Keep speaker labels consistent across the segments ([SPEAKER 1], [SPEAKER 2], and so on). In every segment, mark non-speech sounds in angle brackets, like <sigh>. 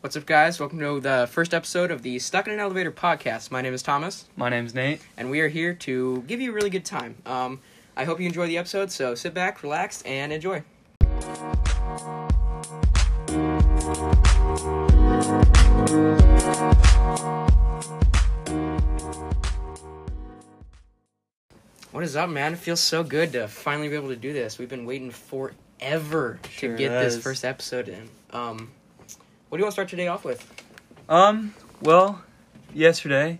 [SPEAKER 1] What's up, guys? Welcome to the first episode of the Stuck in an Elevator podcast. My name is Thomas,
[SPEAKER 2] My name's Nate.
[SPEAKER 1] and we are here to give you a really good time. Um, I hope you enjoy the episode, so sit back, relax, and enjoy. What is up, man? It feels so good to finally be able to do this. We've been waiting forever to
[SPEAKER 2] Sure
[SPEAKER 1] get this
[SPEAKER 2] has.
[SPEAKER 1] first episode in. Um, what do you want to start today off with?
[SPEAKER 2] Um, well, yesterday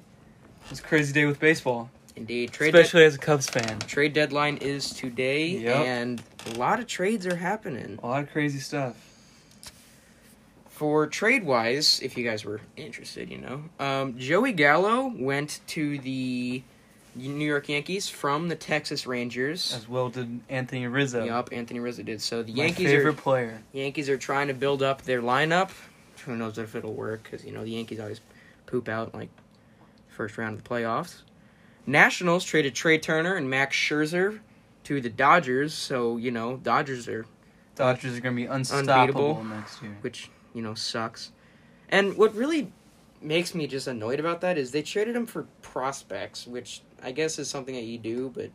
[SPEAKER 2] was a crazy day with baseball,
[SPEAKER 1] Indeed, trade de-
[SPEAKER 2] especially as a Cubs fan.
[SPEAKER 1] trade deadline is today,
[SPEAKER 2] Yep.
[SPEAKER 1] and a lot of trades are happening.
[SPEAKER 2] A lot of crazy stuff.
[SPEAKER 1] For trade wise, if you guys were interested, you know, um, Joey Gallo went to the New York Yankees from the Texas Rangers.
[SPEAKER 2] As well did Anthony Rizzo,
[SPEAKER 1] Yup, Anthony Rizzo did. So the
[SPEAKER 2] my
[SPEAKER 1] Yankees
[SPEAKER 2] favorite
[SPEAKER 1] are
[SPEAKER 2] player.
[SPEAKER 1] Yankees are trying to build up their lineup. Who knows if it'll work? Because you know the Yankees always poop out like first round of the playoffs. Nationals traded Trey Turner and Max Scherzer to the Dodgers. So you know Dodgers are
[SPEAKER 2] Dodgers are gonna be unstoppable
[SPEAKER 1] Unbeatable.
[SPEAKER 2] next year.
[SPEAKER 1] which you know sucks. And what really makes me just annoyed about that is they traded him for prospects, which I guess is something that you do, but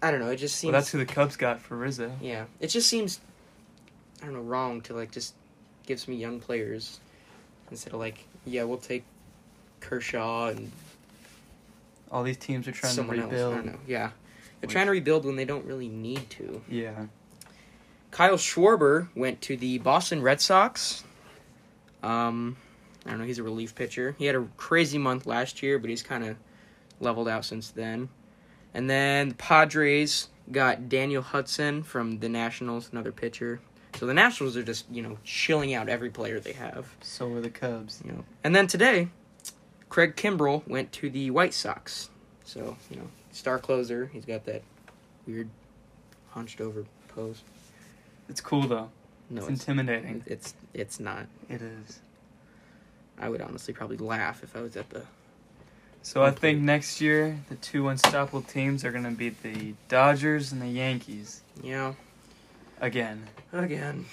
[SPEAKER 1] I don't know. It just
[SPEAKER 2] Well,
[SPEAKER 1] seems
[SPEAKER 2] that's who the Cubs got for Rizzo.
[SPEAKER 1] yeah, it just seems I don't know wrong to like just gives me young players instead of like yeah we'll take Kershaw and
[SPEAKER 2] All these teams are trying
[SPEAKER 1] someone
[SPEAKER 2] to
[SPEAKER 1] else.
[SPEAKER 2] rebuild.
[SPEAKER 1] I don't know. Yeah, they're trying to rebuild when they don't really need to.
[SPEAKER 2] Yeah,
[SPEAKER 1] Kyle Schwarber went to the Boston Red Sox. Um, I don't know. He's a relief pitcher. He had a crazy month last year, but he's kind of leveled out since then. And then the Padres got Daniel Hudson from the Nationals, another pitcher. So the Nationals are just you know chilling out every player they have.
[SPEAKER 2] so are the Cubs.
[SPEAKER 1] You know. And then today, Craig Kimbrell went to the White Sox. So you know, star closer. He's got that weird hunched over pose.
[SPEAKER 2] It's cool though.
[SPEAKER 1] No,
[SPEAKER 2] it's
[SPEAKER 1] it's-
[SPEAKER 2] intimidating.
[SPEAKER 1] It's it's not.
[SPEAKER 2] It is.
[SPEAKER 1] I would honestly probably laugh if I was at the.
[SPEAKER 2] So I think next year the two unstoppable teams are gonna be the Dodgers and the Yankees
[SPEAKER 1] Yeah.
[SPEAKER 2] again.
[SPEAKER 1] Again,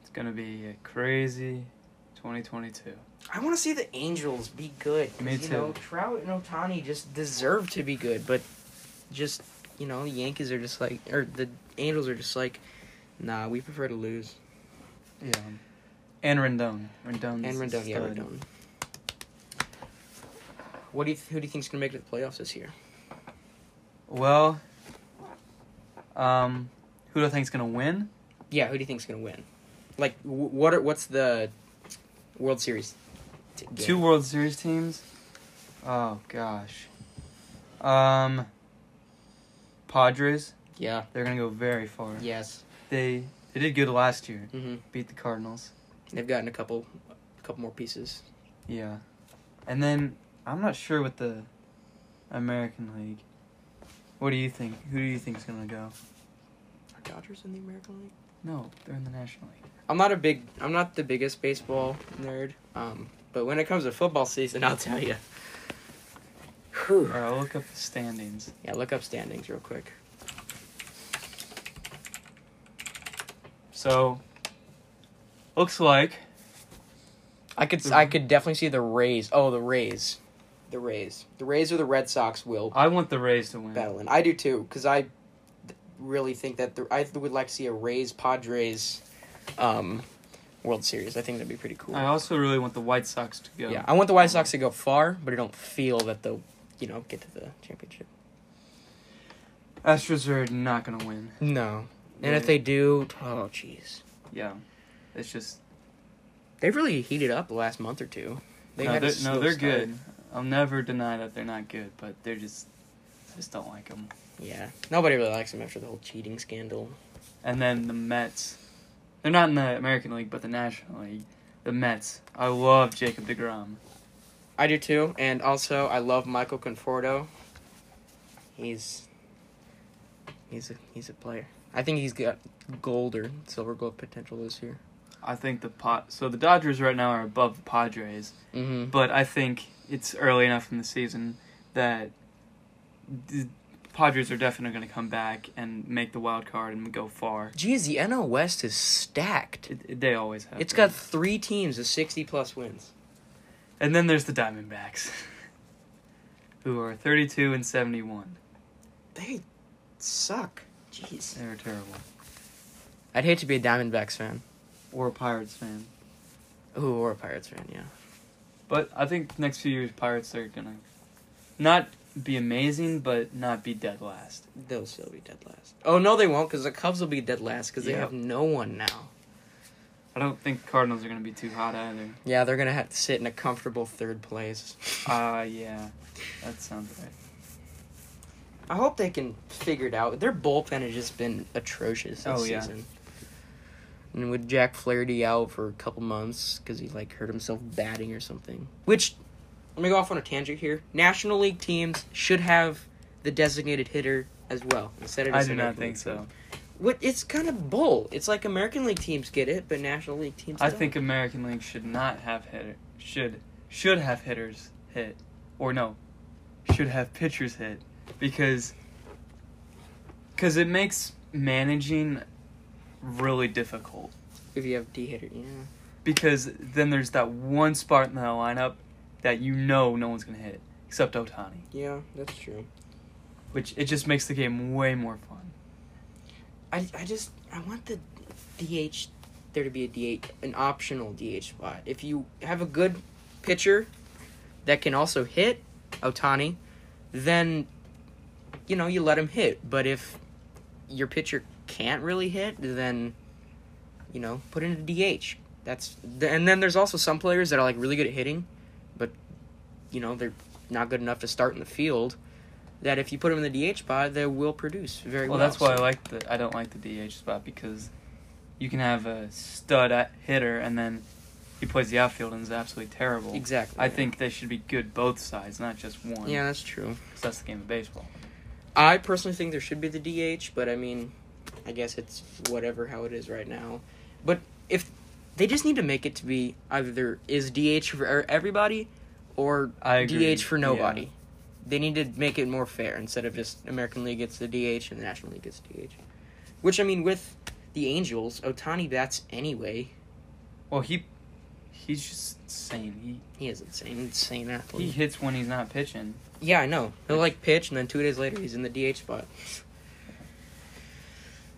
[SPEAKER 2] It's gonna be a crazy 2022.
[SPEAKER 1] I want to see the Angels be good. 'cause,
[SPEAKER 2] Me
[SPEAKER 1] you Know,
[SPEAKER 2] too.
[SPEAKER 1] Trout and Otani just deserve to be good, but just you know, the Yankees are just like, or the Angels are just like, nah, we prefer to lose.
[SPEAKER 2] Yeah. And Rendon. Rendon.
[SPEAKER 1] and Rendon, yeah, Rendon. What do you th- who do you think's gonna make it to the playoffs this year?
[SPEAKER 2] Well, um, who do I think's gonna win?
[SPEAKER 1] Yeah, who do you think's gonna win? Like, wh- what are what's the World Series? t- game?
[SPEAKER 2] Two World Series teams. Oh gosh. Um. Padres.
[SPEAKER 1] Yeah.
[SPEAKER 2] They're gonna go very far.
[SPEAKER 1] Yes.
[SPEAKER 2] They they did good last year.
[SPEAKER 1] hmm
[SPEAKER 2] Beat the Cardinals.
[SPEAKER 1] They've gotten a couple, a couple more pieces.
[SPEAKER 2] Yeah. And then I'm not sure with the American League. What do you think? Who do you think's gonna go?
[SPEAKER 1] Are Dodgers in the American League?
[SPEAKER 2] No, they're in the National League.
[SPEAKER 1] I'm not a big, I'm not the biggest baseball nerd, um, but when it comes to football season, I'll tell you.
[SPEAKER 2] All right, I'll look up the standings.
[SPEAKER 1] Yeah, look up standings real quick.
[SPEAKER 2] So, looks like
[SPEAKER 1] I could, I could definitely see the Rays. Oh, the Rays, the Rays, the Rays or the Red Sox will
[SPEAKER 2] I want the Rays to win.
[SPEAKER 1] battle, and I do too, because I really think that the, I would like to see a Rays Padres, um, World Series. I think that'd be pretty cool.
[SPEAKER 2] I also really want the White Sox to go.
[SPEAKER 1] Yeah, I want the White Sox to go far, but I don't feel that they'll, you know, get to the championship.
[SPEAKER 2] Astros are not gonna win.
[SPEAKER 1] No. And if they do, oh jeez,
[SPEAKER 2] Yeah, it's just
[SPEAKER 1] they've really heated up the last month or two. They
[SPEAKER 2] no,
[SPEAKER 1] had a
[SPEAKER 2] they're,
[SPEAKER 1] slow
[SPEAKER 2] no, they're
[SPEAKER 1] start.
[SPEAKER 2] good. I'll never deny that they're not good, but they're just I just don't like them.
[SPEAKER 1] Yeah, nobody really likes them after the whole cheating scandal.
[SPEAKER 2] And then the Mets, they're not in the American League, but the National League. The Mets, I love Jacob Degrom.
[SPEAKER 1] I do too, and also I love Michael Conforto. He's he's a he's a player. I think he's got gold or silver gold potential this year.
[SPEAKER 2] I think the pot. So the Dodgers right now are above the Padres.
[SPEAKER 1] Mm-hmm.
[SPEAKER 2] but I think it's early enough in the season that the Padres are definitely going to come back and make the wild card and go far.
[SPEAKER 1] Geez, the NL West is stacked.
[SPEAKER 2] It, it- they always have.
[SPEAKER 1] It's
[SPEAKER 2] been.
[SPEAKER 1] got three teams with 60 plus wins.
[SPEAKER 2] And then there's the Diamondbacks, <laughs> who are 32 and 71.
[SPEAKER 1] They suck. Jeez.
[SPEAKER 2] They're terrible.
[SPEAKER 1] I'd hate to be a Diamondbacks fan.
[SPEAKER 2] Or a Pirates fan.
[SPEAKER 1] Ooh, or a Pirates fan, yeah.
[SPEAKER 2] But I think next few years, Pirates are going to not be amazing, but not be dead last.
[SPEAKER 1] They'll still be dead last. Oh, no, they won't, because the Cubs will be dead last, because they
[SPEAKER 2] Yep.
[SPEAKER 1] have no one now.
[SPEAKER 2] I don't think Cardinals are going to be too hot either.
[SPEAKER 1] Yeah, they're going to have to sit in a comfortable third <laughs> place.
[SPEAKER 2] Uh, yeah. That sounds right.
[SPEAKER 1] I hope they can figure it out. Their bullpen has just been atrocious this
[SPEAKER 2] Oh, yeah.
[SPEAKER 1] season. And with Jack Flaherty out for a couple months because he like hurt himself batting or something. Which, let me go off on a tangent here. National League teams should have the designated hitter as well instead of
[SPEAKER 2] I
[SPEAKER 1] just
[SPEAKER 2] do not
[SPEAKER 1] American
[SPEAKER 2] think
[SPEAKER 1] League
[SPEAKER 2] so.
[SPEAKER 1] teams. What it's kind of bull. It's like American League teams get it, but National League teams.
[SPEAKER 2] I
[SPEAKER 1] don't.
[SPEAKER 2] think American League should not have hitter should should have hitters hit or no should have pitchers hit because because it makes managing really difficult
[SPEAKER 1] if you have D hitter, yeah.
[SPEAKER 2] because then there's that one spot in the lineup that you know no one's gonna hit except Otani,
[SPEAKER 1] Yeah, that's true.
[SPEAKER 2] which it just makes the game way more fun.
[SPEAKER 1] I, I just I want the DH there to be a DH an optional DH spot. If you have a good pitcher that can also hit Otani, then you know you let him hit. But if your pitcher can't really hit, then you know put in a DH. That's th- and then there's also some players that are like really good at hitting, but you know they're not good enough to start in the field. That if you put them in the DH spot, they will produce very well.
[SPEAKER 2] Well, that's why I
[SPEAKER 1] So-
[SPEAKER 2] like the I don't like the DH spot because you can have a stud at hitter and then he plays the outfield and is absolutely terrible.
[SPEAKER 1] Exactly.
[SPEAKER 2] I
[SPEAKER 1] yeah.
[SPEAKER 2] think they should be good both sides, not just one.
[SPEAKER 1] Yeah, that's true.
[SPEAKER 2] 'cause that's the game of baseball.
[SPEAKER 1] I personally think there should be the DH, but I mean, I guess it's whatever how it is right now. But if they just need to make it to be either there is DH for er- everybody or
[SPEAKER 2] I agree.
[SPEAKER 1] DH for nobody. They need to make it more fair instead of just American League gets the DH and the National League gets DH. Which I mean, with the Angels, Otani bats anyway.
[SPEAKER 2] Well, he he's just insane.
[SPEAKER 1] He is insane, insane
[SPEAKER 2] He he
[SPEAKER 1] athlete.
[SPEAKER 2] hits when he's not pitching.
[SPEAKER 1] Yeah, I know. He'll like pitch, and then two days later, he's in the DH spot.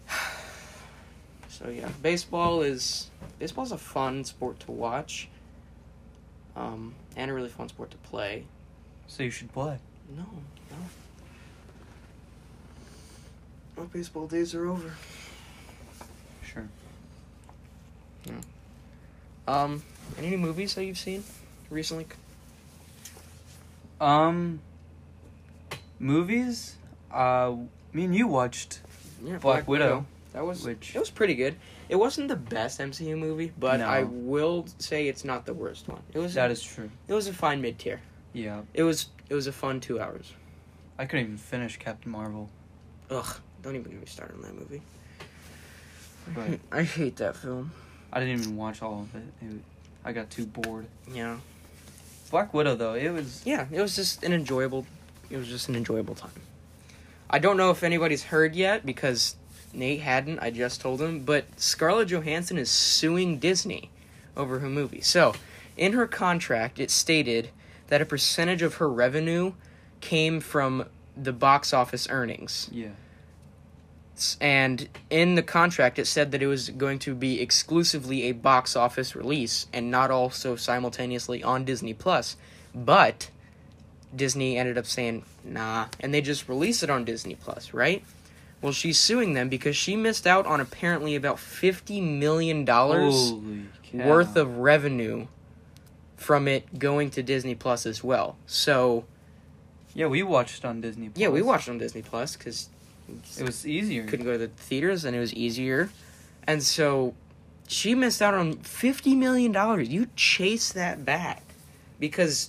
[SPEAKER 1] <sighs> So yeah, baseball is baseball's a fun sport to watch, um, and a really fun sport to play.
[SPEAKER 2] So you should play.
[SPEAKER 1] No, no. My baseball days are over.
[SPEAKER 2] Sure.
[SPEAKER 1] Um, any new movies that you've seen recently?
[SPEAKER 2] Um. Movies. Uh, me and you watched
[SPEAKER 1] Yeah,
[SPEAKER 2] Black, Widow,
[SPEAKER 1] That was
[SPEAKER 2] which
[SPEAKER 1] it was pretty good. It wasn't the best MCU movie, but
[SPEAKER 2] No.
[SPEAKER 1] I will say it's not the worst one. It was
[SPEAKER 2] that is true.
[SPEAKER 1] It was a fine mid tier.
[SPEAKER 2] Yeah,
[SPEAKER 1] It was it was a fun two hours.
[SPEAKER 2] I couldn't even finish Captain Marvel.
[SPEAKER 1] Ugh, don't even get me started on that movie.
[SPEAKER 2] Right.
[SPEAKER 1] <laughs> I hate that film.
[SPEAKER 2] I didn't even watch all of it. it I got too bored.
[SPEAKER 1] Yeah.
[SPEAKER 2] Black Widow though, it was
[SPEAKER 1] Yeah, it was just an enjoyable it was just an enjoyable time. I don't know if anybody's heard yet because Nate hadn't, I just told him, but Scarlett Johansson is suing Disney over her movie. So, in her contract it stated that a percentage of her revenue came from the box office earnings.
[SPEAKER 2] yeah.
[SPEAKER 1] and in the contract it said that it was going to be exclusively a box office release and not also simultaneously on Disney Plus. But Disney ended up saying, "Nah," and they just released it on Disney Plus, right? Well, she's suing them because she missed out on apparently about 50 million dollars
[SPEAKER 2] Holy cow.
[SPEAKER 1] worth of revenue from it going to Disney Plus as well. So,
[SPEAKER 2] Yeah, we watched on Disney.
[SPEAKER 1] yeah, we
[SPEAKER 2] Plus.
[SPEAKER 1] watched it on Disney Plus cuz
[SPEAKER 2] It was easier.
[SPEAKER 1] couldn't go to the theaters and it was easier. And so she missed out on fifty million dollars. You chase that back because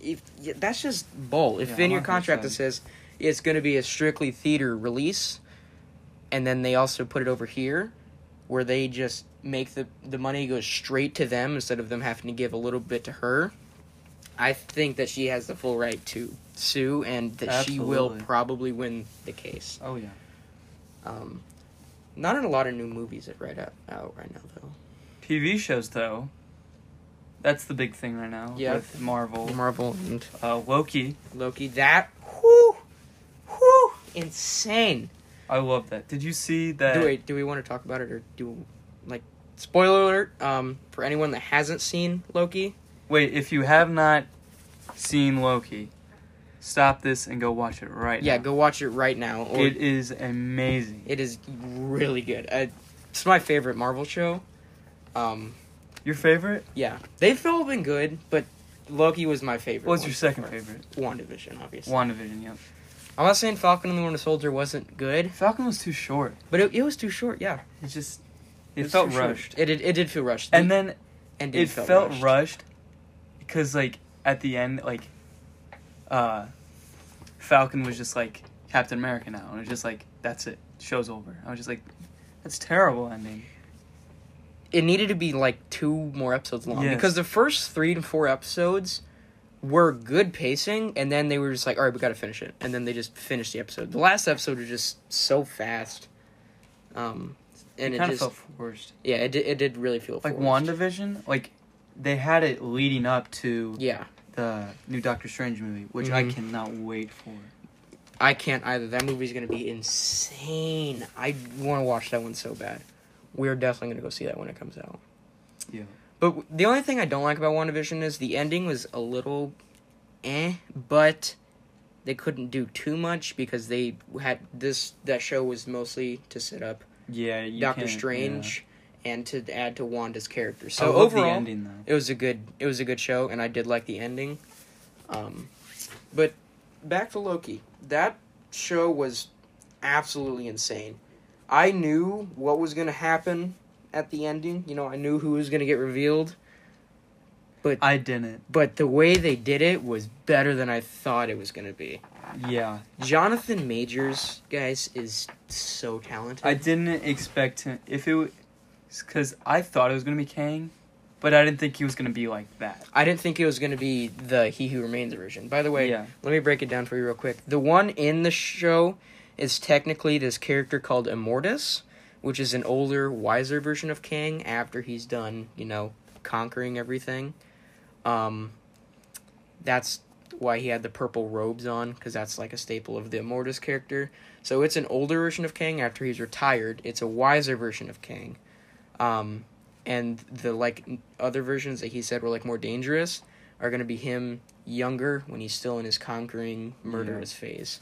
[SPEAKER 1] if y- that's just bull. If
[SPEAKER 2] Yeah,
[SPEAKER 1] in your
[SPEAKER 2] 100%.
[SPEAKER 1] contract it says it's going to be a strictly theater release, and then they also put it over here where they just make the the money go straight to them instead of them having to give a little bit to her. I think that she has the full right to sue and that she will
[SPEAKER 2] Absolutely.
[SPEAKER 1] probably win the case.
[SPEAKER 2] Oh yeah.
[SPEAKER 1] Um, not in a lot of new movies that right out, out right now though.
[SPEAKER 2] TV shows though. That's the big thing right now
[SPEAKER 1] Yeah.
[SPEAKER 2] with Marvel.
[SPEAKER 1] Marvel and
[SPEAKER 2] Uh, Loki.
[SPEAKER 1] Loki. That whoo, whoo, insane.
[SPEAKER 2] I love that. Did you see that?
[SPEAKER 1] Do we do we want to talk about it or do like spoiler alert? Um, for anyone that hasn't seen Loki,
[SPEAKER 2] Wait, if you have not seen Loki, stop this and go watch it right
[SPEAKER 1] yeah,
[SPEAKER 2] now.
[SPEAKER 1] go watch it right now. Or
[SPEAKER 2] It is amazing.
[SPEAKER 1] it is really good. Uh, it's my favorite Marvel show. Um,
[SPEAKER 2] Your favorite?
[SPEAKER 1] yeah, they've all been good, but Loki was my favorite.
[SPEAKER 2] What's
[SPEAKER 1] one
[SPEAKER 2] your
[SPEAKER 1] so
[SPEAKER 2] second
[SPEAKER 1] far.
[SPEAKER 2] favorite?
[SPEAKER 1] WandaVision, obviously.
[SPEAKER 2] WandaVision, yep.
[SPEAKER 1] I'm not saying Falcon and the Winter Soldier wasn't good,
[SPEAKER 2] Falcon was too short.
[SPEAKER 1] but it, it was too short. Yeah,
[SPEAKER 2] It just
[SPEAKER 1] It
[SPEAKER 2] it,
[SPEAKER 1] was
[SPEAKER 2] felt
[SPEAKER 1] too short.
[SPEAKER 2] rushed.
[SPEAKER 1] It did, it did feel rushed,
[SPEAKER 2] And then
[SPEAKER 1] and
[SPEAKER 2] it felt rushed because like at the end like uh Falcon was just like Captain America now and it was just like that's it. Show's over. I was just like that's terrible ending.
[SPEAKER 1] it needed to be like two more episodes long
[SPEAKER 2] Yes.
[SPEAKER 1] because the first three to four episodes were good pacing, and then they were just like, all right, we got to finish it, and then they just finished the episode. The last episode was just so fast, um, and
[SPEAKER 2] it
[SPEAKER 1] it,
[SPEAKER 2] kind of
[SPEAKER 1] just
[SPEAKER 2] felt forced.
[SPEAKER 1] yeah, it did, it did really feel
[SPEAKER 2] Like
[SPEAKER 1] forced.
[SPEAKER 2] WandaVision, like they had it leading up to
[SPEAKER 1] Yeah,
[SPEAKER 2] the new Doctor Strange movie, which I
[SPEAKER 1] Mhm.
[SPEAKER 2] cannot wait for.
[SPEAKER 1] I can't either. That movie's gonna be insane. I want to watch that one so bad. We're definitely gonna go see that when it comes out.
[SPEAKER 2] Yeah.
[SPEAKER 1] But w- the only thing I don't like about WandaVision is the ending was a little eh, but they couldn't do too much because they had this that show was mostly to set up
[SPEAKER 2] Yeah, you
[SPEAKER 1] Doctor
[SPEAKER 2] can't-
[SPEAKER 1] Strange and to add to Wanda's character.
[SPEAKER 2] yeah. I
[SPEAKER 1] So
[SPEAKER 2] love the
[SPEAKER 1] overall,
[SPEAKER 2] ending though.
[SPEAKER 1] it was a good it was a good show and I did like the ending. Um but back to Loki. That show was absolutely insane. I knew what was going to happen at the ending. You know, I knew who was going to get revealed,
[SPEAKER 2] I didn't.
[SPEAKER 1] but the way they did it was better than I thought it was going to be.
[SPEAKER 2] Yeah,
[SPEAKER 1] Jonathan Majors, guys, is so talented.
[SPEAKER 2] I didn't expect him. If it, because I thought it was gonna be Kang, but I didn't think he was gonna be like that.
[SPEAKER 1] I didn't think it was going to be the He Who Remains version. By the way,
[SPEAKER 2] Yeah.
[SPEAKER 1] let me break it down for you real quick. The one in the show is technically this character called Immortus, which is an older, wiser version of Kang after he's done, you know, conquering everything. Um, that's why he had the purple robes on, because that's like a staple of the Immortus character. So it's an older version of Kang after he's retired. It's a wiser version of Kang. Um, and the like n- other versions that he said were like more dangerous are going to be him younger when he's still in his conquering murderous phase.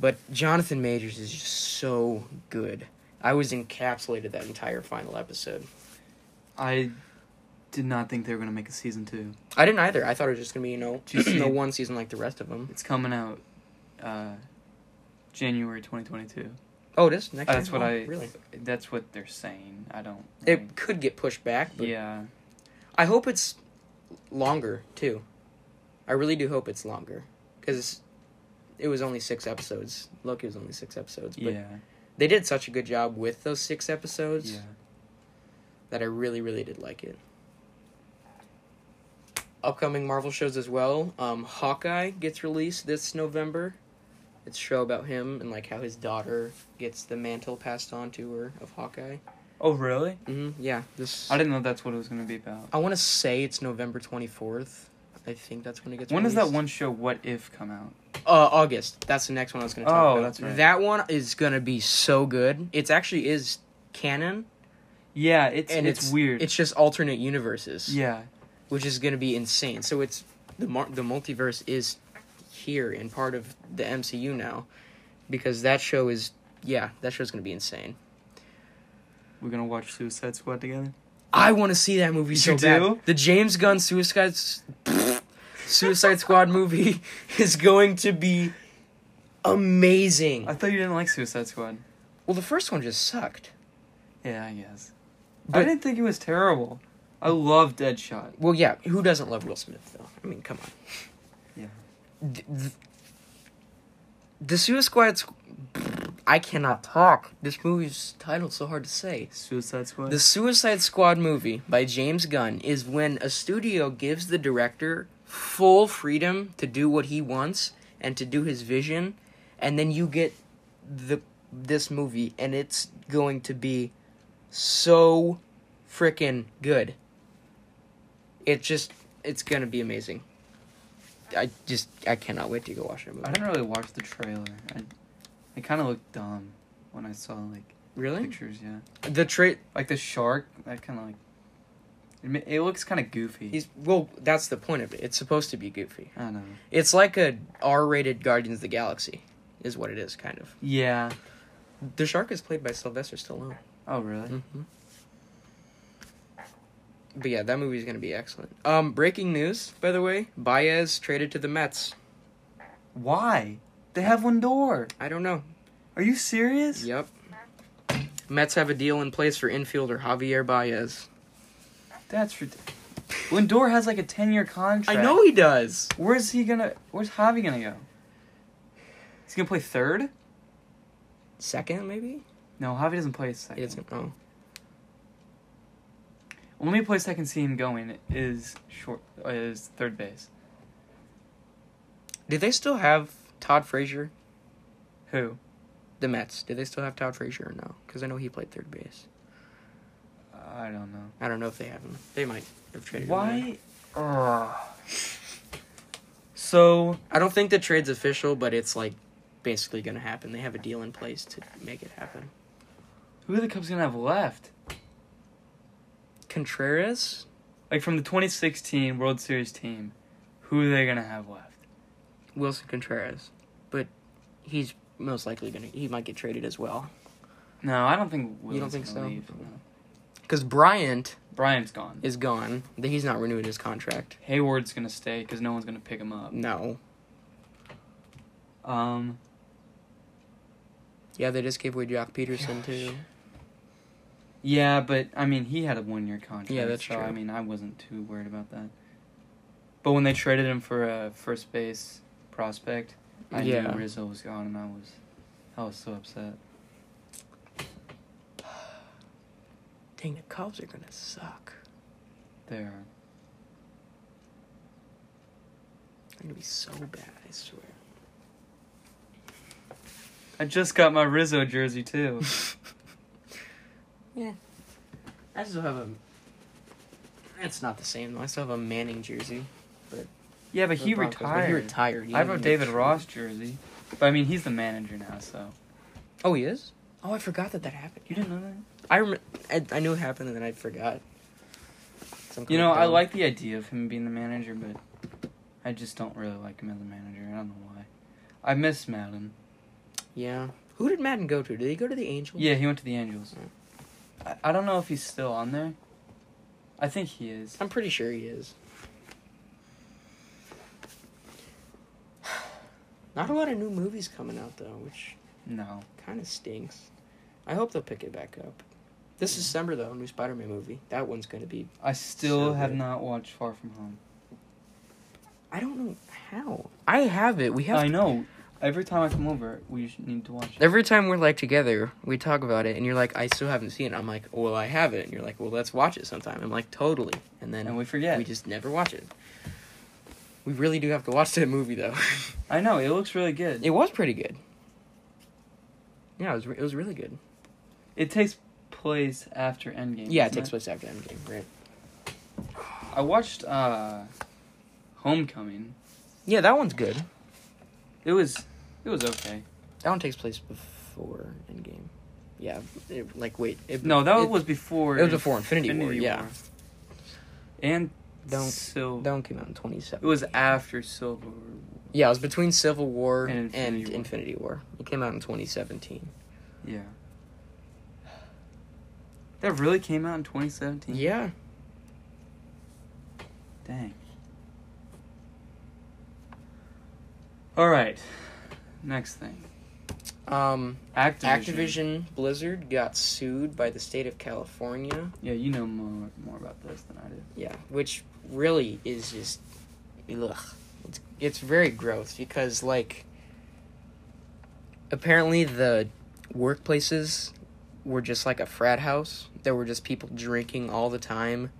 [SPEAKER 1] But Jonathan Majors is just so good. I was encapsulated that entire final episode.
[SPEAKER 2] I did not think they were gonna make a season two.
[SPEAKER 1] I didn't either. I thought it was just going to be, you know,
[SPEAKER 2] Did you see- <clears throat>
[SPEAKER 1] the one season like the rest of them.
[SPEAKER 2] It's coming out, uh, January twenty twenty two.
[SPEAKER 1] Oh, it is next.
[SPEAKER 2] That's
[SPEAKER 1] year?
[SPEAKER 2] what
[SPEAKER 1] Oh,
[SPEAKER 2] I.
[SPEAKER 1] really.
[SPEAKER 2] That's what they're saying. I don't. really-
[SPEAKER 1] It could get pushed back, but
[SPEAKER 2] yeah.
[SPEAKER 1] I hope it's longer too. I really do hope it's longer because it was only six episodes. Loki was only six episodes, but
[SPEAKER 2] Yeah.
[SPEAKER 1] they did such a good job with those six episodes
[SPEAKER 2] Yeah.
[SPEAKER 1] that I really, really did like it. Upcoming Marvel shows as well. Um, Hawkeye gets released this November. It's a show about him and like how his daughter gets the mantle passed on to her of Hawkeye.
[SPEAKER 2] Oh really?
[SPEAKER 1] hmm Yeah, this.
[SPEAKER 2] I didn't know that's what it was gonna be about.
[SPEAKER 1] I want to say it's November 24th. I think that's when it gets
[SPEAKER 2] When does
[SPEAKER 1] released.
[SPEAKER 2] that one show What If come out?
[SPEAKER 1] Uh, August. That's the next one I was going to talk
[SPEAKER 2] Oh,
[SPEAKER 1] about.
[SPEAKER 2] that's right.
[SPEAKER 1] That one is going to be so good. It's actually is canon.
[SPEAKER 2] Yeah, it's
[SPEAKER 1] And
[SPEAKER 2] it's, weird.
[SPEAKER 1] It's just alternate universes,
[SPEAKER 2] yeah,
[SPEAKER 1] which is going to be insane. So it's the mar- the multiverse is here and part of the MCU now because that show is yeah, that show's going to be insane.
[SPEAKER 2] we're gonna watch Suicide Squad together.
[SPEAKER 1] I want to see that movie so
[SPEAKER 2] You
[SPEAKER 1] bad.
[SPEAKER 2] do?
[SPEAKER 1] The James Gunn Suicide S- <laughs> Suicide Squad movie <laughs> is going to be amazing.
[SPEAKER 2] I thought you didn't like Suicide Squad.
[SPEAKER 1] Well, the first one just sucked.
[SPEAKER 2] Yeah, I guess. I
[SPEAKER 1] But-
[SPEAKER 2] didn't think it was terrible. I love Deadshot.
[SPEAKER 1] Well, yeah, who doesn't love Will Smith though? I mean, come on.
[SPEAKER 2] Yeah.
[SPEAKER 1] Th- th- The Suicide Squad. I cannot talk. This movie's title's so hard to say.
[SPEAKER 2] Suicide Squad.
[SPEAKER 1] The Suicide Squad movie by James Gunn is when a studio gives the director full freedom to do what he wants and to do his vision, and then you get the this movie, and it's going to be so freaking good. It just it's gonna be amazing. I just I cannot wait to go watch that movie.
[SPEAKER 2] I didn't really watch the trailer. I, it kind of looked dumb when I saw like
[SPEAKER 1] Really?
[SPEAKER 2] pictures. Yeah,
[SPEAKER 1] The tra-
[SPEAKER 2] like the shark. That kind of like it, ma- it looks kind of goofy.
[SPEAKER 1] he's well, that's the point of it. It's supposed to be goofy.
[SPEAKER 2] I don't know.
[SPEAKER 1] It's like a R-rated Guardians of the Galaxy, is what it is, kind of.
[SPEAKER 2] Yeah.
[SPEAKER 1] The shark is played by Sylvester Stallone.
[SPEAKER 2] Oh really?
[SPEAKER 1] Mm-hmm. But yeah, that movie's gonna be excellent. Um, breaking news, by the way, Baez traded to the Mets.
[SPEAKER 2] Why? They have Lindor.
[SPEAKER 1] I don't know.
[SPEAKER 2] Are you serious?
[SPEAKER 1] Yep. Mets have a deal in place for infielder Javier Baez.
[SPEAKER 2] That's ridiculous. Lindor has like a ten-year contract.
[SPEAKER 1] I know he does.
[SPEAKER 2] Where's he gonna? Where's Javi gonna go? He's gonna play third?
[SPEAKER 1] Second, maybe.
[SPEAKER 2] No, Javi doesn't play second.
[SPEAKER 1] He doesn't. Oh,
[SPEAKER 2] Only place I can see him going is short is third base.
[SPEAKER 1] did they still have Todd Frazier?
[SPEAKER 2] Who?
[SPEAKER 1] The Mets. Did they still have Todd Frazier or no? Because I know he played third base.
[SPEAKER 2] I don't know.
[SPEAKER 1] I don't know if they have him. They might have traded. him there.
[SPEAKER 2] Why? Ugh. So
[SPEAKER 1] I don't think the trade's official, but it's like basically gonna happen. They have a deal in place to make it happen.
[SPEAKER 2] who are the Cubs gonna have left?
[SPEAKER 1] Contreras,
[SPEAKER 2] Like from the 2016 World Series team, who are they gonna have left?
[SPEAKER 1] Wilson Contreras, but he's most likely gonna he might get traded as well
[SPEAKER 2] No, I don't think. Will's
[SPEAKER 1] You don't think
[SPEAKER 2] gonna
[SPEAKER 1] so?
[SPEAKER 2] Leave. No.
[SPEAKER 1] because Bryant
[SPEAKER 2] Brian's gone.
[SPEAKER 1] is gone. Th- He's not renewing his contract.
[SPEAKER 2] Hayward's gonna stay because no one's gonna pick him up.
[SPEAKER 1] No.
[SPEAKER 2] Um,
[SPEAKER 1] Yeah, they just gave away Jock Peterson
[SPEAKER 2] Gosh.
[SPEAKER 1] too.
[SPEAKER 2] yeah, but I mean, he had a one-year contract.
[SPEAKER 1] Yeah, that's
[SPEAKER 2] so,
[SPEAKER 1] true.
[SPEAKER 2] I mean, I wasn't too worried about that. But when they traded him for a first base prospect, I
[SPEAKER 1] Yeah.
[SPEAKER 2] knew Rizzo was gone, and I was, I was so upset.
[SPEAKER 1] Dang, the Cubs are gonna suck.
[SPEAKER 2] There.
[SPEAKER 1] They're gonna be so bad. I <laughs> swear.
[SPEAKER 2] I just got my Rizzo jersey
[SPEAKER 1] <laughs>
[SPEAKER 2] too.
[SPEAKER 1] I still have a. It's not the same though. I still have a Manning jersey.
[SPEAKER 2] yeah, but
[SPEAKER 1] for
[SPEAKER 2] he
[SPEAKER 1] the Broncos, but
[SPEAKER 2] retired.
[SPEAKER 1] He retired. He
[SPEAKER 2] I have a
[SPEAKER 1] didn't
[SPEAKER 2] David
[SPEAKER 1] make-
[SPEAKER 2] Ross jersey, but I mean, he's the manager now, so
[SPEAKER 1] Oh, he is. Oh, I forgot that that happened.
[SPEAKER 2] you didn't know that.
[SPEAKER 1] I rem- I, I knew it happened and then I forgot. So I'm
[SPEAKER 2] You
[SPEAKER 1] kinda
[SPEAKER 2] know, I
[SPEAKER 1] dumb.
[SPEAKER 2] like the idea of him being the manager, but I just don't really like him as a manager. I don't know why. I miss Madden.
[SPEAKER 1] Yeah. Who did Madden go to? Did he go to the Angels?
[SPEAKER 2] Yeah, he went to the Angels. I, I don't know if he's still on there. I think he is.
[SPEAKER 1] I'm pretty sure he is. <sighs> Not a lot of new movies coming out though, which
[SPEAKER 2] No.
[SPEAKER 1] kind of stinks. I hope they'll pick it back up. This December though, new Spider-Man movie. That one's gonna be.
[SPEAKER 2] I still
[SPEAKER 1] So
[SPEAKER 2] have
[SPEAKER 1] good.
[SPEAKER 2] not watched Far From Home.
[SPEAKER 1] I don't know how. I have it. We have.
[SPEAKER 2] I know. Every time I come over, we sh- need to watch it.
[SPEAKER 1] Every time we're like together, we talk about it, and you're like, "I still haven't seen it." I'm like, "Well, I have it," and you're like, "Well, let's watch it sometime." I'm like, "Totally," and then
[SPEAKER 2] And we forget.
[SPEAKER 1] We just never watch it. We really do have to watch that movie though. <laughs>
[SPEAKER 2] I know. It looks really good.
[SPEAKER 1] it was pretty good. Yeah, it was. Re- it was really good.
[SPEAKER 2] It takes place after Endgame.
[SPEAKER 1] Yeah, it
[SPEAKER 2] doesn't
[SPEAKER 1] takes place after Endgame, right?
[SPEAKER 2] I watched uh, Homecoming.
[SPEAKER 1] Yeah, that one's good.
[SPEAKER 2] It was it was okay.
[SPEAKER 1] That one takes place before Endgame. Yeah, it, like wait, it,
[SPEAKER 2] No, that
[SPEAKER 1] it,
[SPEAKER 2] was before.
[SPEAKER 1] It was before Infinity, War. Yeah,
[SPEAKER 2] And
[SPEAKER 1] Don't-
[SPEAKER 2] Sil-
[SPEAKER 1] that one came out in 2017.
[SPEAKER 2] It was after Silver.
[SPEAKER 1] Yeah, it was between Civil War and
[SPEAKER 2] And
[SPEAKER 1] Infinity,
[SPEAKER 2] Infinity War.
[SPEAKER 1] War. It came out in 2017.
[SPEAKER 2] Yeah. That really came out in 2017.
[SPEAKER 1] Yeah.
[SPEAKER 2] Dang. All right. Next thing.
[SPEAKER 1] Um,
[SPEAKER 2] Activision.
[SPEAKER 1] Activision Blizzard got sued by the state of California.
[SPEAKER 2] Yeah, you know more more about this than I do.
[SPEAKER 1] Yeah, which really is just, ugh. It's, it's very gross because like, apparently the workplaces were just like a frat house. There were just people drinking all the time,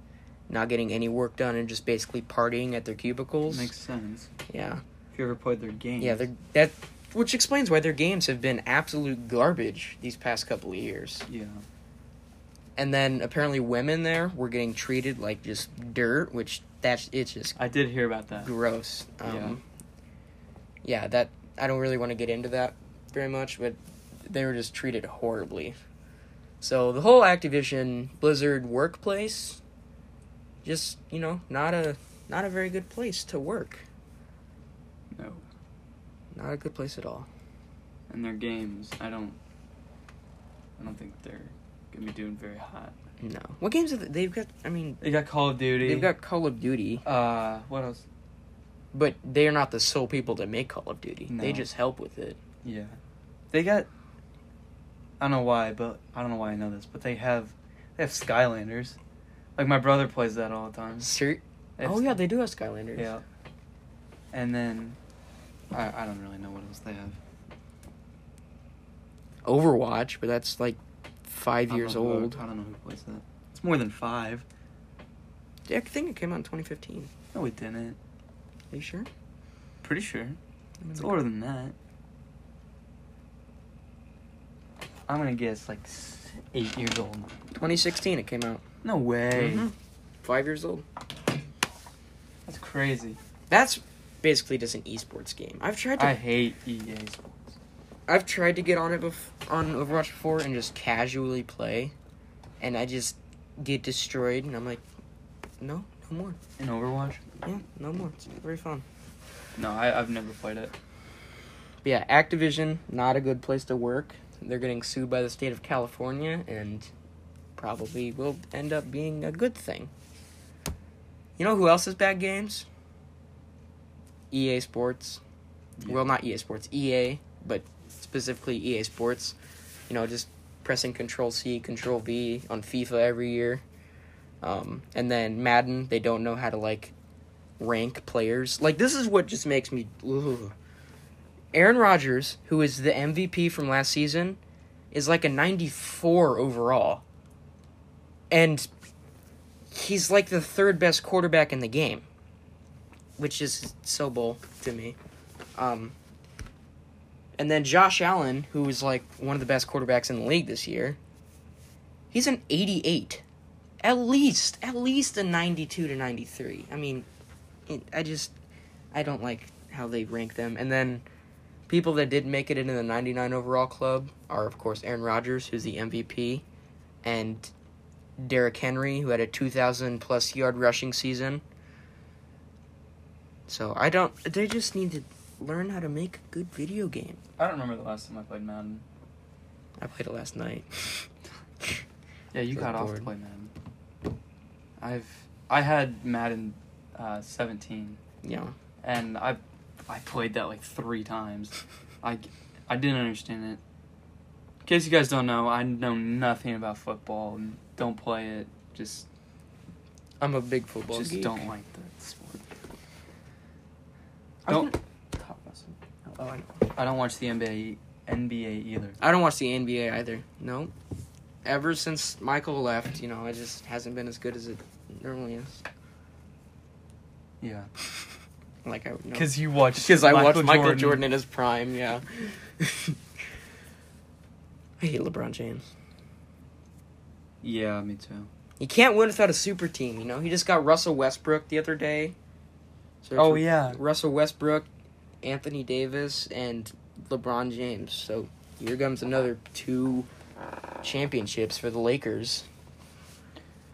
[SPEAKER 1] not getting any work done and just basically partying at their cubicles.
[SPEAKER 2] Makes sense.
[SPEAKER 1] yeah,
[SPEAKER 2] If you ever played their game.
[SPEAKER 1] yeah, they're, that which explains why their games have been absolute garbage these past couple of years.
[SPEAKER 2] Yeah.
[SPEAKER 1] And then apparently women there were getting treated like just dirt, which that's it's just
[SPEAKER 2] I did hear about that.
[SPEAKER 1] gross. Um, yeah. that I don't really want to get into that very much, but they were just treated horribly. So the whole Activision Blizzard workplace, just you know, not a not a very good place to work.
[SPEAKER 2] No.
[SPEAKER 1] Not a good place at all.
[SPEAKER 2] And their games, I don't. I don't think they're gonna be doing very hot.
[SPEAKER 1] No. What games have they, they've got? I mean,
[SPEAKER 2] They got Call of Duty.
[SPEAKER 1] they've got Call of Duty,
[SPEAKER 2] Uh, what else?
[SPEAKER 1] but they are not the sole people that make Call of Duty.
[SPEAKER 2] No.
[SPEAKER 1] They just help with it.
[SPEAKER 2] Yeah. They got. I don't know why, but I don't know why I know this, but they have, they have Skylanders. Like my brother plays that all the time.
[SPEAKER 1] Sir-
[SPEAKER 2] It's-
[SPEAKER 1] oh yeah, they do have Skylanders.
[SPEAKER 2] Yeah. And then, I I don't really know what else they have.
[SPEAKER 1] Overwatch, but that's like five
[SPEAKER 2] I don't
[SPEAKER 1] years
[SPEAKER 2] know who-
[SPEAKER 1] old.
[SPEAKER 2] I don't know who plays that. It's more than five.
[SPEAKER 1] I think it came out in 2015.
[SPEAKER 2] No, it didn't.
[SPEAKER 1] Are you sure?
[SPEAKER 2] Pretty sure. It's
[SPEAKER 1] Mm.
[SPEAKER 2] older than that. I'm gonna guess like s- eight years old.
[SPEAKER 1] 2016 it came out.
[SPEAKER 2] No way.
[SPEAKER 1] Mhm. Five years old.
[SPEAKER 2] That's crazy.
[SPEAKER 1] That's basically just an esports game. I've tried to
[SPEAKER 2] I hate E EA Sports.
[SPEAKER 1] I've tried to get on it bef- on Overwatch before and just casually play, and I just get destroyed. And I'm like, no, no more.
[SPEAKER 2] In Overwatch?
[SPEAKER 1] Yeah, no more. It's not very fun.
[SPEAKER 2] No, I, I've never played it.
[SPEAKER 1] But yeah, Activision not a good place to work. They're getting sued by the state of California, and probably will end up being a good thing. You know who else has bad games? EA Sports. well not EA Sports, EA, but specifically EA Sports. You know, just pressing Control C, Control V on FIFA every year. Um, and then Madden, they don't know how to like rank players. Like this is what just makes me. Ugh. Aaron Rodgers, who is the MVP from last season, is like a 94 overall, and he's like the third best quarterback in the game, which is so bull to me. Um, and then Josh Allen, who is like one of the best quarterbacks in the league this year, he's an 88. At least, at least a 92 to 93. I mean, it, I just, I don't like how they rank them. And then people that did make it into the 99 overall club are, of course, Aaron Rodgers, who's the MVP, and Derrick Henry, who had a 2,000 plus yard rushing season. So I don't, they just need to learn how to make a good video game.
[SPEAKER 2] I don't remember the last time I played Madden.
[SPEAKER 1] I played it last night.
[SPEAKER 2] Yeah, you
[SPEAKER 1] So
[SPEAKER 2] got off to
[SPEAKER 1] bored.
[SPEAKER 2] play Madden. I've I had Madden uh, 17,
[SPEAKER 1] yeah.
[SPEAKER 2] and I I played that like
[SPEAKER 1] <laughs>
[SPEAKER 2] three times. I I didn't understand it. In case you guys don't know, I know nothing about football and don't play it. Just
[SPEAKER 1] I'm a big football
[SPEAKER 2] just
[SPEAKER 1] geek.
[SPEAKER 2] don't like the sport.
[SPEAKER 1] I was
[SPEAKER 2] Don't. Top wrestling.
[SPEAKER 1] Oh, I, know.
[SPEAKER 2] I don't watch the NBA NBA either.
[SPEAKER 1] I don't watch the NBA either. No. Ever since Michael left, you know, it just hasn't been as good as it normally is.
[SPEAKER 2] Yeah,
[SPEAKER 1] Like I would know.
[SPEAKER 2] because you
[SPEAKER 1] <laughs>
[SPEAKER 2] watch
[SPEAKER 1] Because I watched Michael Jordan in his prime, yeah. I hate LeBron James.
[SPEAKER 2] Yeah, me too.
[SPEAKER 1] You can't win without a super team, you know? He just got Russell Westbrook the other day. So
[SPEAKER 2] Oh
[SPEAKER 1] it's-
[SPEAKER 2] yeah,
[SPEAKER 1] Russell Westbrook, Anthony Davis, and LeBron James. So here comes another two championships for the Lakers.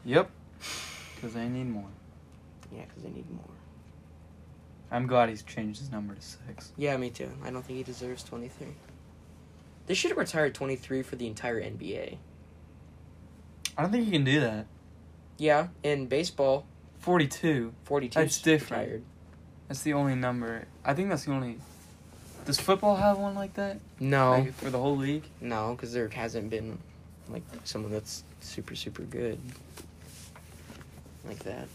[SPEAKER 2] yep. Because I need more.
[SPEAKER 1] Yeah, because they need more.
[SPEAKER 2] I'm glad he's changed his number to six.
[SPEAKER 1] Yeah, me too. I don't think he deserves 23. They should have retired 23 for the entire NBA.
[SPEAKER 2] I don't think you can do that.
[SPEAKER 1] Yeah, in baseball,
[SPEAKER 2] Forty-two.
[SPEAKER 1] 42
[SPEAKER 2] That's
[SPEAKER 1] is
[SPEAKER 2] different.
[SPEAKER 1] retired.
[SPEAKER 2] That's the only number. I think that's the only. Does football have one like that?
[SPEAKER 1] No,
[SPEAKER 2] Like, for the whole league.
[SPEAKER 1] no, because there hasn't been like someone that's super super good like that.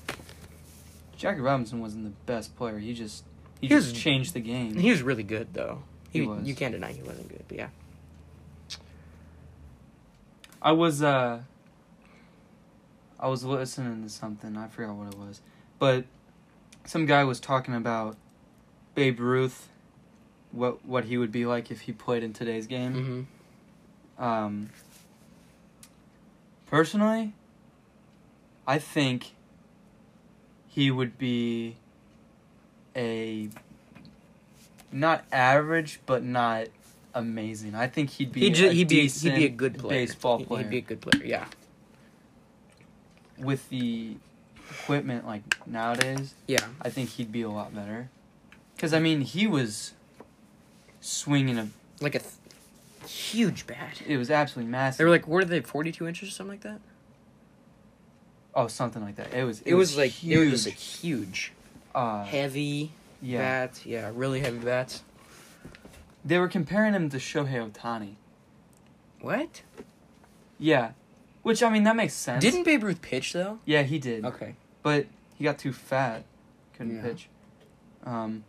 [SPEAKER 2] Jackie Robinson wasn't the best player. He just he,
[SPEAKER 1] He was-
[SPEAKER 2] just changed the game.
[SPEAKER 1] He was really good though.
[SPEAKER 2] Mm-hmm. He was.
[SPEAKER 1] You can't deny he wasn't good, but yeah.
[SPEAKER 2] I was uh I was listening to something. I forgot what it was, but some guy was talking about Babe Ruth, what what he would be like if he played in today's game.
[SPEAKER 1] Mm-hmm.
[SPEAKER 2] Um, personally, I think he would be a not average, but not amazing. I think he'd be
[SPEAKER 1] He'd, ju-
[SPEAKER 2] a
[SPEAKER 1] he'd be he'd
[SPEAKER 2] decent
[SPEAKER 1] be a good player.
[SPEAKER 2] baseball
[SPEAKER 1] He-
[SPEAKER 2] player
[SPEAKER 1] He'd be a good player. Yeah.
[SPEAKER 2] with the equipment like nowadays.
[SPEAKER 1] Yeah.
[SPEAKER 2] I think he'd be a lot better. Cause I mean, he was swinging a.
[SPEAKER 1] Like a th- huge bat.
[SPEAKER 2] It was absolutely massive.
[SPEAKER 1] They were like, what are they? Forty two inches or something like that.
[SPEAKER 2] oh, something like that. It was. It,
[SPEAKER 1] It, was, like
[SPEAKER 2] huge.
[SPEAKER 1] it was just like huge,
[SPEAKER 2] uh,
[SPEAKER 1] heavy
[SPEAKER 2] yeah.
[SPEAKER 1] bat. Yeah, really heavy bats.
[SPEAKER 2] They were comparing him to Shohei Otani.
[SPEAKER 1] What?
[SPEAKER 2] Yeah, which I mean that makes sense.
[SPEAKER 1] Didn't Babe Ruth pitch though?
[SPEAKER 2] Yeah, he did.
[SPEAKER 1] Okay.
[SPEAKER 2] But he got too fat, couldn't
[SPEAKER 1] Yeah.
[SPEAKER 2] pitch. Um.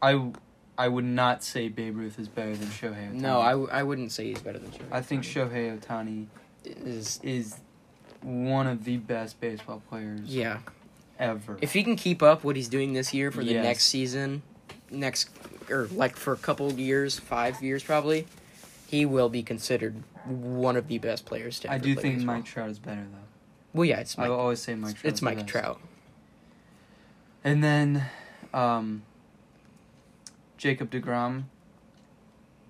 [SPEAKER 2] I, w- I would not say Babe Ruth is better than Shohei Otani.
[SPEAKER 1] No, I, w- I wouldn't say he's better than Shohei.
[SPEAKER 2] I think
[SPEAKER 1] Ohtani.
[SPEAKER 2] Shohei Otani
[SPEAKER 1] is
[SPEAKER 2] is one of the best baseball players
[SPEAKER 1] yeah.
[SPEAKER 2] ever.
[SPEAKER 1] If he can keep up what he's doing this year for the
[SPEAKER 2] Yes.
[SPEAKER 1] next season, next or like for a couple of years, five years probably, he will be considered one of the best players to.
[SPEAKER 2] I
[SPEAKER 1] ever
[SPEAKER 2] do
[SPEAKER 1] play
[SPEAKER 2] think
[SPEAKER 1] baseball.
[SPEAKER 2] Mike Trout is better though.
[SPEAKER 1] Well, yeah, it's
[SPEAKER 2] I
[SPEAKER 1] Mike.
[SPEAKER 2] will always say Mike Trout.
[SPEAKER 1] it's Mike Trout.
[SPEAKER 2] And then um, Jacob DeGrom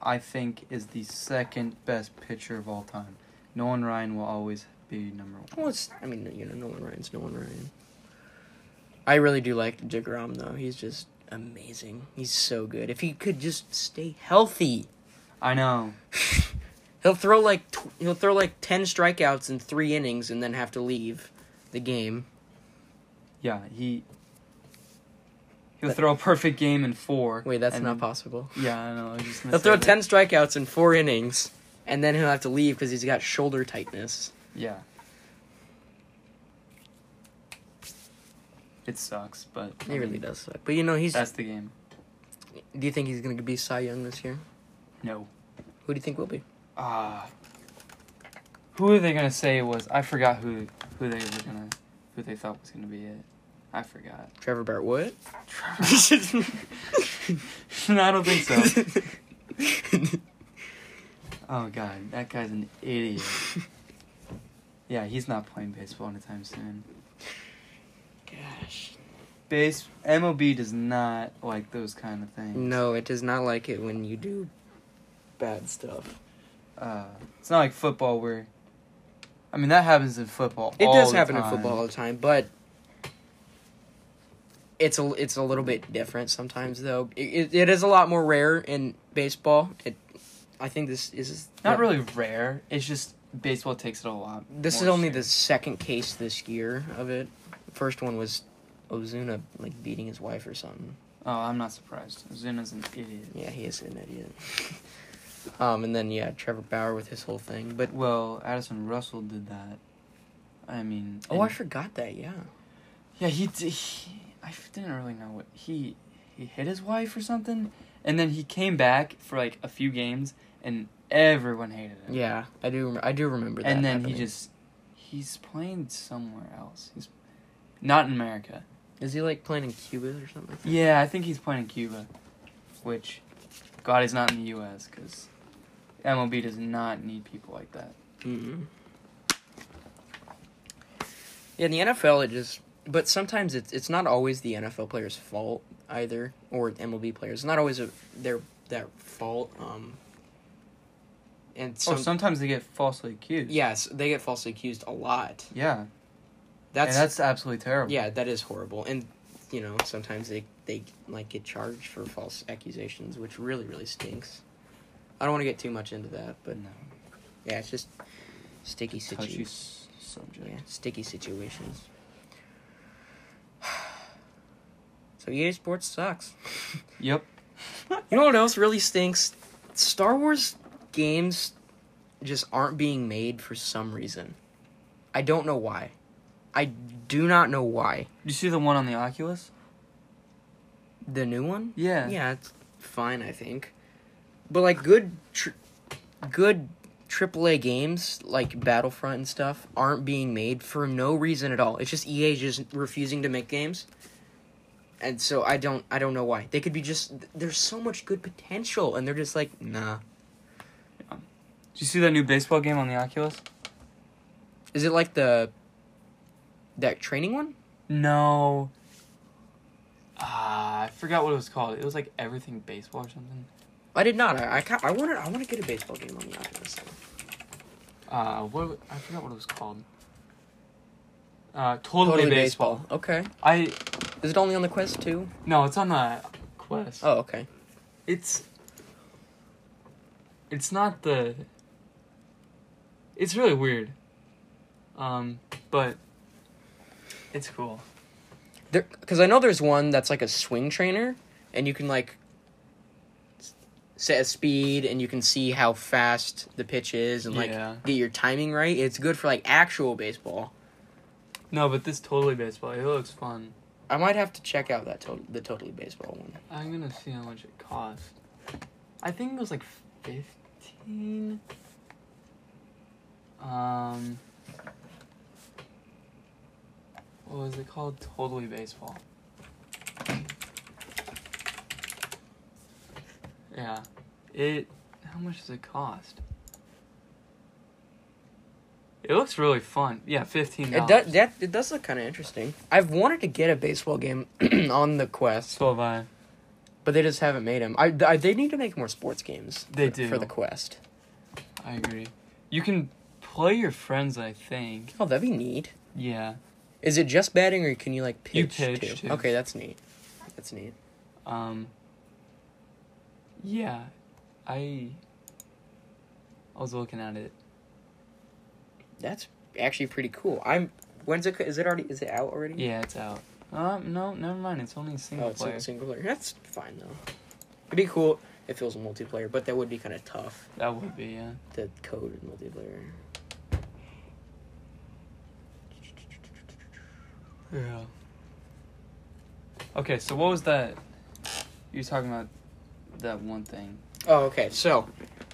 [SPEAKER 2] I think is the second best pitcher of all time. Nolan Ryan will always be number 1.
[SPEAKER 1] Well, it's I mean you know Nolan Ryan's Nolan Ryan. I really do like Degrom though. He's just amazing. He's so good. If he could just stay healthy,
[SPEAKER 2] I know.
[SPEAKER 1] he'll throw like tw- he'll throw like ten strikeouts in three innings and then have to leave the game.
[SPEAKER 2] Yeah, he He'll
[SPEAKER 1] That-
[SPEAKER 2] throw a perfect game in 4.
[SPEAKER 1] Wait, that's
[SPEAKER 2] and
[SPEAKER 1] not
[SPEAKER 2] then-
[SPEAKER 1] possible.
[SPEAKER 2] Yeah, I know. I was just gonna
[SPEAKER 1] He'll
[SPEAKER 2] say
[SPEAKER 1] throw
[SPEAKER 2] that.
[SPEAKER 1] ten strikeouts in four innings, and then he'll have to leave because he's got shoulder tightness.
[SPEAKER 2] Yeah. It sucks, but I
[SPEAKER 1] He really
[SPEAKER 2] mean,
[SPEAKER 1] does suck. But you know, he's.
[SPEAKER 2] Mm. That's the game.
[SPEAKER 1] do you think he's going to be Cy Young this year?
[SPEAKER 2] No.
[SPEAKER 1] Who do you think will be?
[SPEAKER 2] Ah. who are they gonna say it was? I forgot who who they were gonna who they thought was gonna be it. I forgot. <laughs>
[SPEAKER 1] Trevor <laughs> Bartwood.
[SPEAKER 2] no, I don't think so. Oh god, that guy's an idiot. Yeah, he's not playing baseball anytime soon.
[SPEAKER 1] Gosh.
[SPEAKER 2] Base MLB does not like those kind of things.
[SPEAKER 1] No, it does not like it when you do bad stuff.
[SPEAKER 2] uh, it's not like football where I mean that happens in football.
[SPEAKER 1] It
[SPEAKER 2] all
[SPEAKER 1] does
[SPEAKER 2] the
[SPEAKER 1] happen in
[SPEAKER 2] time.
[SPEAKER 1] football all the time, but it's a it's a little bit different sometimes though. It, it, it is a lot more rare in baseball. It I think this is
[SPEAKER 2] Not really rare. It's just baseball takes it a lot.
[SPEAKER 1] This
[SPEAKER 2] more
[SPEAKER 1] is only the
[SPEAKER 2] serious.
[SPEAKER 1] second case this year of it. First one was Ozuna like beating his wife or something.
[SPEAKER 2] Oh, I'm not surprised. Zuna's an idiot.
[SPEAKER 1] Yeah, he is an idiot. <laughs> um, and then yeah, Trevor Bauer with his whole thing. But
[SPEAKER 2] Well, Addison Russell did that. I mean,
[SPEAKER 1] oh, I
[SPEAKER 2] and-
[SPEAKER 1] forgot that. Yeah,
[SPEAKER 2] yeah, he, d- he. I f- didn't really know what he he hit his wife or something, and then he came back for like a few games, and everyone hated him.
[SPEAKER 1] yeah, I do. Rem- I do remember that.
[SPEAKER 2] and then
[SPEAKER 1] happening.
[SPEAKER 2] he just he's playing somewhere else. He's not in America.
[SPEAKER 1] is he like playing in Cuba or something. Like that?
[SPEAKER 2] Yeah, I think he's playing in Cuba, which, God, he's not in the U.S. because MLB does not need people like that.
[SPEAKER 1] Mm-mm. Yeah, in the NFL, it just. But sometimes it's it's not always the NFL player's fault either, or MLB players. It's not always a, their that fault. Um, and
[SPEAKER 2] Oh,
[SPEAKER 1] some,
[SPEAKER 2] sometimes they get falsely accused.
[SPEAKER 1] yes, they get falsely accused a lot.
[SPEAKER 2] yeah,
[SPEAKER 1] That's,
[SPEAKER 2] and that's absolutely terrible.
[SPEAKER 1] yeah, that is horrible. And you know, sometimes they they like get charged for false accusations, which really really stinks. I don't want to get too much into that, but
[SPEAKER 2] no,
[SPEAKER 1] yeah, it's just sticky
[SPEAKER 2] touchy
[SPEAKER 1] situation.
[SPEAKER 2] s- subject.
[SPEAKER 1] Yeah, sticky situations. <sighs> So EA Sports sucks. <laughs>
[SPEAKER 2] Yep.
[SPEAKER 1] You know what else really stinks? Star Wars games just aren't being made for some reason. I don't know why. I do not know why.
[SPEAKER 2] You see the one on the Oculus?
[SPEAKER 1] The new one?
[SPEAKER 2] Yeah.
[SPEAKER 1] Yeah, it's fine, I think. But like good, tr- good AAA games like Battlefront and stuff aren't being made for no reason at all. It's just EA just refusing to make games. And so I don't I don't know why. They could be just there's so much good potential and they're just like, "Nah."
[SPEAKER 2] Did you see that new baseball game on the Oculus?
[SPEAKER 1] Is it like the that training one?
[SPEAKER 2] No. Ah, I forgot what it was called. It was like everything baseball or something.
[SPEAKER 1] I did not. I I, ca- I wanted I want to get a baseball game on the Oculus.
[SPEAKER 2] Uh, what I forgot what it was called. Uh, totally, baseball.
[SPEAKER 1] Okay.
[SPEAKER 2] I
[SPEAKER 1] Is it only on the Quest too?
[SPEAKER 2] no, it's on the Quest.
[SPEAKER 1] Oh, okay.
[SPEAKER 2] It's it's not the it's really weird. Um, but it's cool.
[SPEAKER 1] There, because I know there's one that's like a swing trainer, and you can like s- set a speed, and you can see how fast the pitch is, and like
[SPEAKER 2] Yeah.
[SPEAKER 1] get your timing right. It's good for like actual baseball.
[SPEAKER 2] No, but this totally baseball. It looks fun.
[SPEAKER 1] I might have to check out that to- the totally baseball one.
[SPEAKER 2] I'm gonna see how much it cost. I think it was like fifteen. Um, what was it called? Totally Baseball. Yeah, it. How much does it cost? It looks really fun. Yeah, fifteen.
[SPEAKER 1] It does that. It does look kind of interesting. I've wanted to get a baseball game <clears throat> on the Quest,
[SPEAKER 2] So have I.
[SPEAKER 1] but they just haven't made them. I, I they need to make more sports games.
[SPEAKER 2] They
[SPEAKER 1] for, for
[SPEAKER 2] do.
[SPEAKER 1] the Quest.
[SPEAKER 2] I agree. You can play your friends. I think.
[SPEAKER 1] Oh, that'd be neat.
[SPEAKER 2] Yeah.
[SPEAKER 1] Is it just batting, or can you like pitch,
[SPEAKER 2] You pitch,
[SPEAKER 1] too?
[SPEAKER 2] too.
[SPEAKER 1] Okay, that's neat. That's neat.
[SPEAKER 2] Um. Yeah, I. I was looking at it.
[SPEAKER 1] That's actually pretty cool. I'm. When's it? co- Is it already? Is it out already?
[SPEAKER 2] Yeah, it's out. Um, no, never mind. It's only
[SPEAKER 1] Oh,
[SPEAKER 2] single
[SPEAKER 1] it's
[SPEAKER 2] player.
[SPEAKER 1] a single player. That's fine though. It'd be cool if it was multiplayer, but that would be kind of tough
[SPEAKER 2] That would be yeah.
[SPEAKER 1] to code in multiplayer.
[SPEAKER 2] Yeah. Okay, so what was that? You were talking about that one thing.
[SPEAKER 1] Oh, okay. So,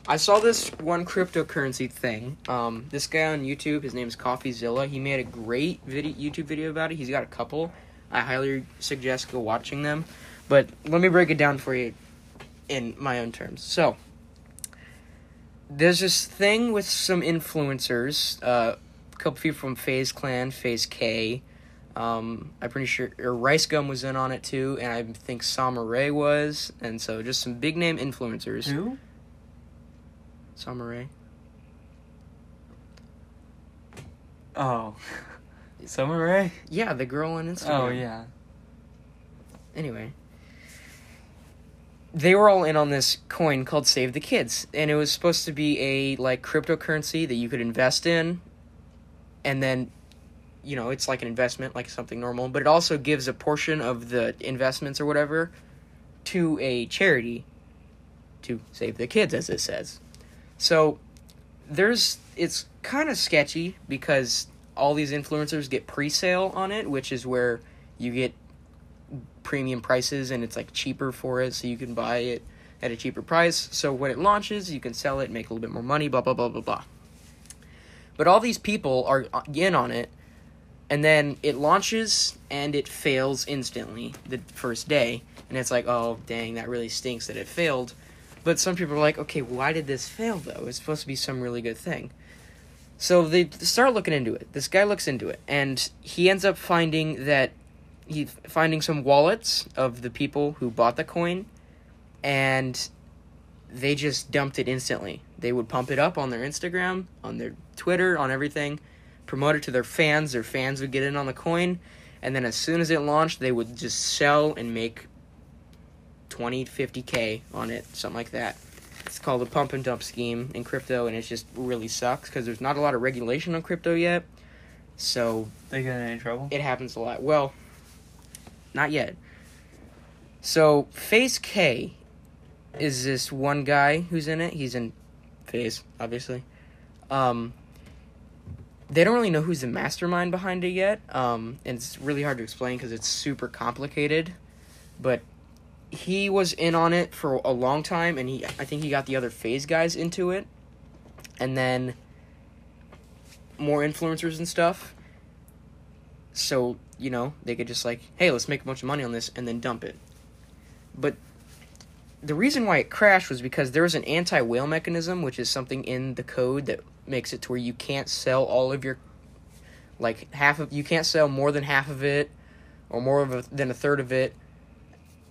[SPEAKER 1] I saw this one cryptocurrency thing. Um, this guy on YouTube, his name is CoffeeZilla. He made a great video, YouTube video about it. He's got a couple. I highly suggest go watching them. But let me break it down for you in my own terms. So, there's this thing with some influencers, uh, a couple people from Phase Clan, Phase K. Um, I'm pretty sure or Rice Gum was in on it too, and I think Samaray was, and so just some big name influencers.
[SPEAKER 2] Who?
[SPEAKER 1] Samaray. <laughs>
[SPEAKER 2] Oh. Summer Rae?
[SPEAKER 1] Yeah, the girl on Instagram.
[SPEAKER 2] Oh yeah.
[SPEAKER 1] Anyway. They were all in on this coin called Save the Kids, and it was supposed to be a like cryptocurrency that you could invest in and then you know, it's like an investment, like something normal, but it also gives a portion of the investments or whatever to a charity to save the kids as it says. So there's it's kind of sketchy because all these influencers get pre-sale on it, which is where you get premium prices and it's like cheaper for it so you can buy it at a cheaper price so when it launches you can sell it make a little bit more money blah blah blah blah blah but all these people are uh, in on it and then it launches and it fails instantly the first day and it's like oh dang that really stinks that it failed but some people are like okay why did this fail though it's supposed to be some really good thing so they start looking into it this guy looks into it and he ends up finding that he finding some wallets of the people who bought the coin and they just dumped it instantly they would pump it up on their instagram on their twitter on everything promote it to their fans their fans would get in on the coin and then as soon as it launched they would just sell and make 20 50k on it something like that it's called a pump and dump scheme in crypto and it just really sucks because there's not a lot of regulation on crypto yet so
[SPEAKER 2] They get in any trouble?
[SPEAKER 1] it happens a lot. Well, not yet. So Phase K is this one guy who's in it. He's in Phase, obviously. Um, they don't really know who's the mastermind behind it yet, um, and it's really hard to explain because it's super complicated. But he was in on it for a long time, and he I think he got the other Phase guys into it, and then more influencers and stuff. So, you know, they could just like, hey, let's make a bunch of money on this and then dump it. But the reason why it crashed was because there was an anti whale mechanism, which is something in the code that makes it to where you can't sell all of your, like, half of, you can't sell more than half of it or more of a, than a third of it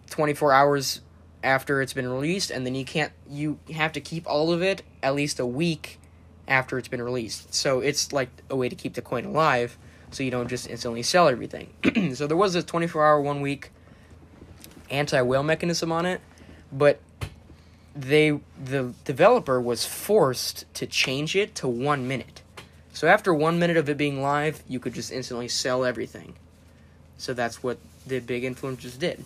[SPEAKER 1] 24 hours after it's been released and then you can't you have to keep all of it at least a week after it's been released so it's like a way to keep the coin alive so you don't just instantly sell everything <clears throat> so there was a 24 hour one week anti-whale mechanism on it but they the developer was forced to change it to one minute so after one minute of it being live you could just instantly sell everything so that's what the big influencers did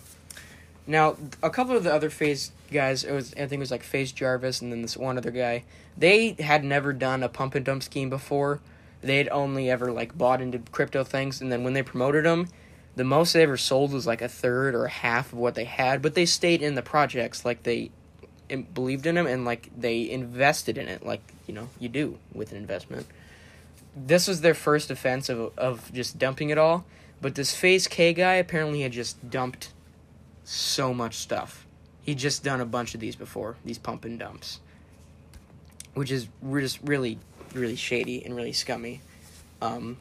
[SPEAKER 1] now, a couple of the other Phase guys, it was I think it was like Phase Jarvis and then this one other guy. They had never done a pump and dump scheme before. They'd only ever like bought into crypto things, and then when they promoted them, the most they ever sold was like a third or a half of what they had. But they stayed in the projects, like they in- believed in them and like they invested in it, like you know you do with an investment. This was their first offense of of just dumping it all. But this Phase K guy apparently had just dumped so much stuff. He just done a bunch of these before, these pump and dumps, which is re- just really, really shady and really scummy. Um,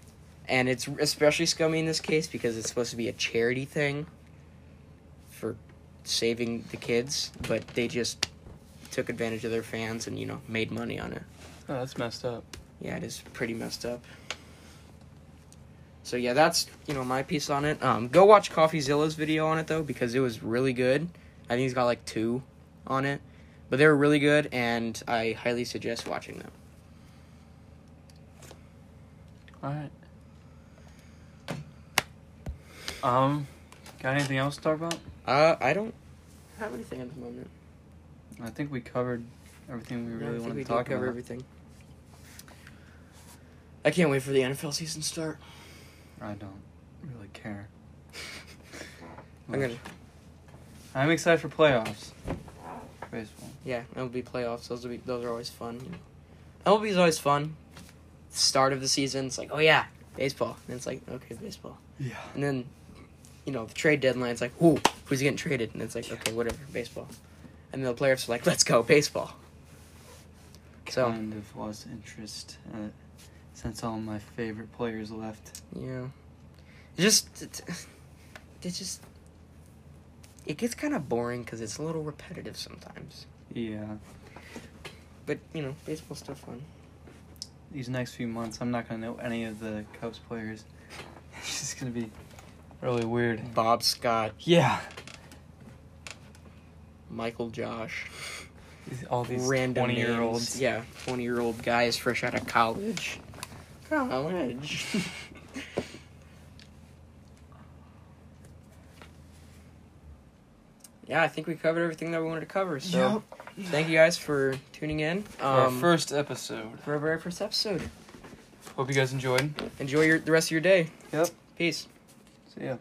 [SPEAKER 1] and it's especially scummy in this case because it's supposed to be a charity thing for saving the kids, but they just took advantage of their fans and you know made money on it.
[SPEAKER 2] Oh, that's messed up.
[SPEAKER 1] Yeah, it is pretty messed up. So yeah, that's you know my piece on it. Um, go watch CoffeeZilla's video on it though because it was really good. I think he's got like two on it, but they were really good, and I highly suggest watching them.
[SPEAKER 2] All right. Um, got anything else to talk about?
[SPEAKER 1] Uh, I don't have anything at the moment.
[SPEAKER 2] I think we covered everything we
[SPEAKER 1] I
[SPEAKER 2] really
[SPEAKER 1] think
[SPEAKER 2] wanted
[SPEAKER 1] we
[SPEAKER 2] to
[SPEAKER 1] did
[SPEAKER 2] talk
[SPEAKER 1] cover
[SPEAKER 2] about.
[SPEAKER 1] everything. I can't wait for the NFL season to start.
[SPEAKER 2] I don't really care.
[SPEAKER 1] I'm gonna
[SPEAKER 2] <laughs> I'm excited for playoffs. Baseball.
[SPEAKER 1] yeah MLB playoffs. Those will be those are always fun. You know. MLB is always fun. Start of the season, it's like oh yeah baseball, and it's like okay baseball.
[SPEAKER 2] Yeah.
[SPEAKER 1] And then, you know, the trade deadline's like, who? Who's getting traded? And it's like, okay, whatever, baseball. And then the players are like, let's go, baseball. So-
[SPEAKER 2] kind of lost interest uh, since all my favorite players left.
[SPEAKER 1] Yeah. It Just, it, <sighs> it just, it gets kind of boring because it's a little repetitive sometimes.
[SPEAKER 2] Yeah.
[SPEAKER 1] But, you know, baseball's still fun.
[SPEAKER 2] These next few months, I'm not gonna know any of the Cubs players. <laughs> It's just gonna be really weird.
[SPEAKER 1] Bob Scott,
[SPEAKER 2] Yeah.
[SPEAKER 1] Michael Josh,
[SPEAKER 2] All these
[SPEAKER 1] random
[SPEAKER 2] 20 year olds.
[SPEAKER 1] names. Yeah, 20 year old guys fresh out of college. <laughs> College. <laughs> yeah, I think we covered everything that we wanted to cover. So thank you guys for tuning in.
[SPEAKER 2] our
[SPEAKER 1] Um,
[SPEAKER 2] first episode.
[SPEAKER 1] for our very first episode.
[SPEAKER 2] Hope you guys enjoyed.
[SPEAKER 1] Enjoy your, the rest of your day.
[SPEAKER 2] Yep.
[SPEAKER 1] Peace.
[SPEAKER 2] See ya.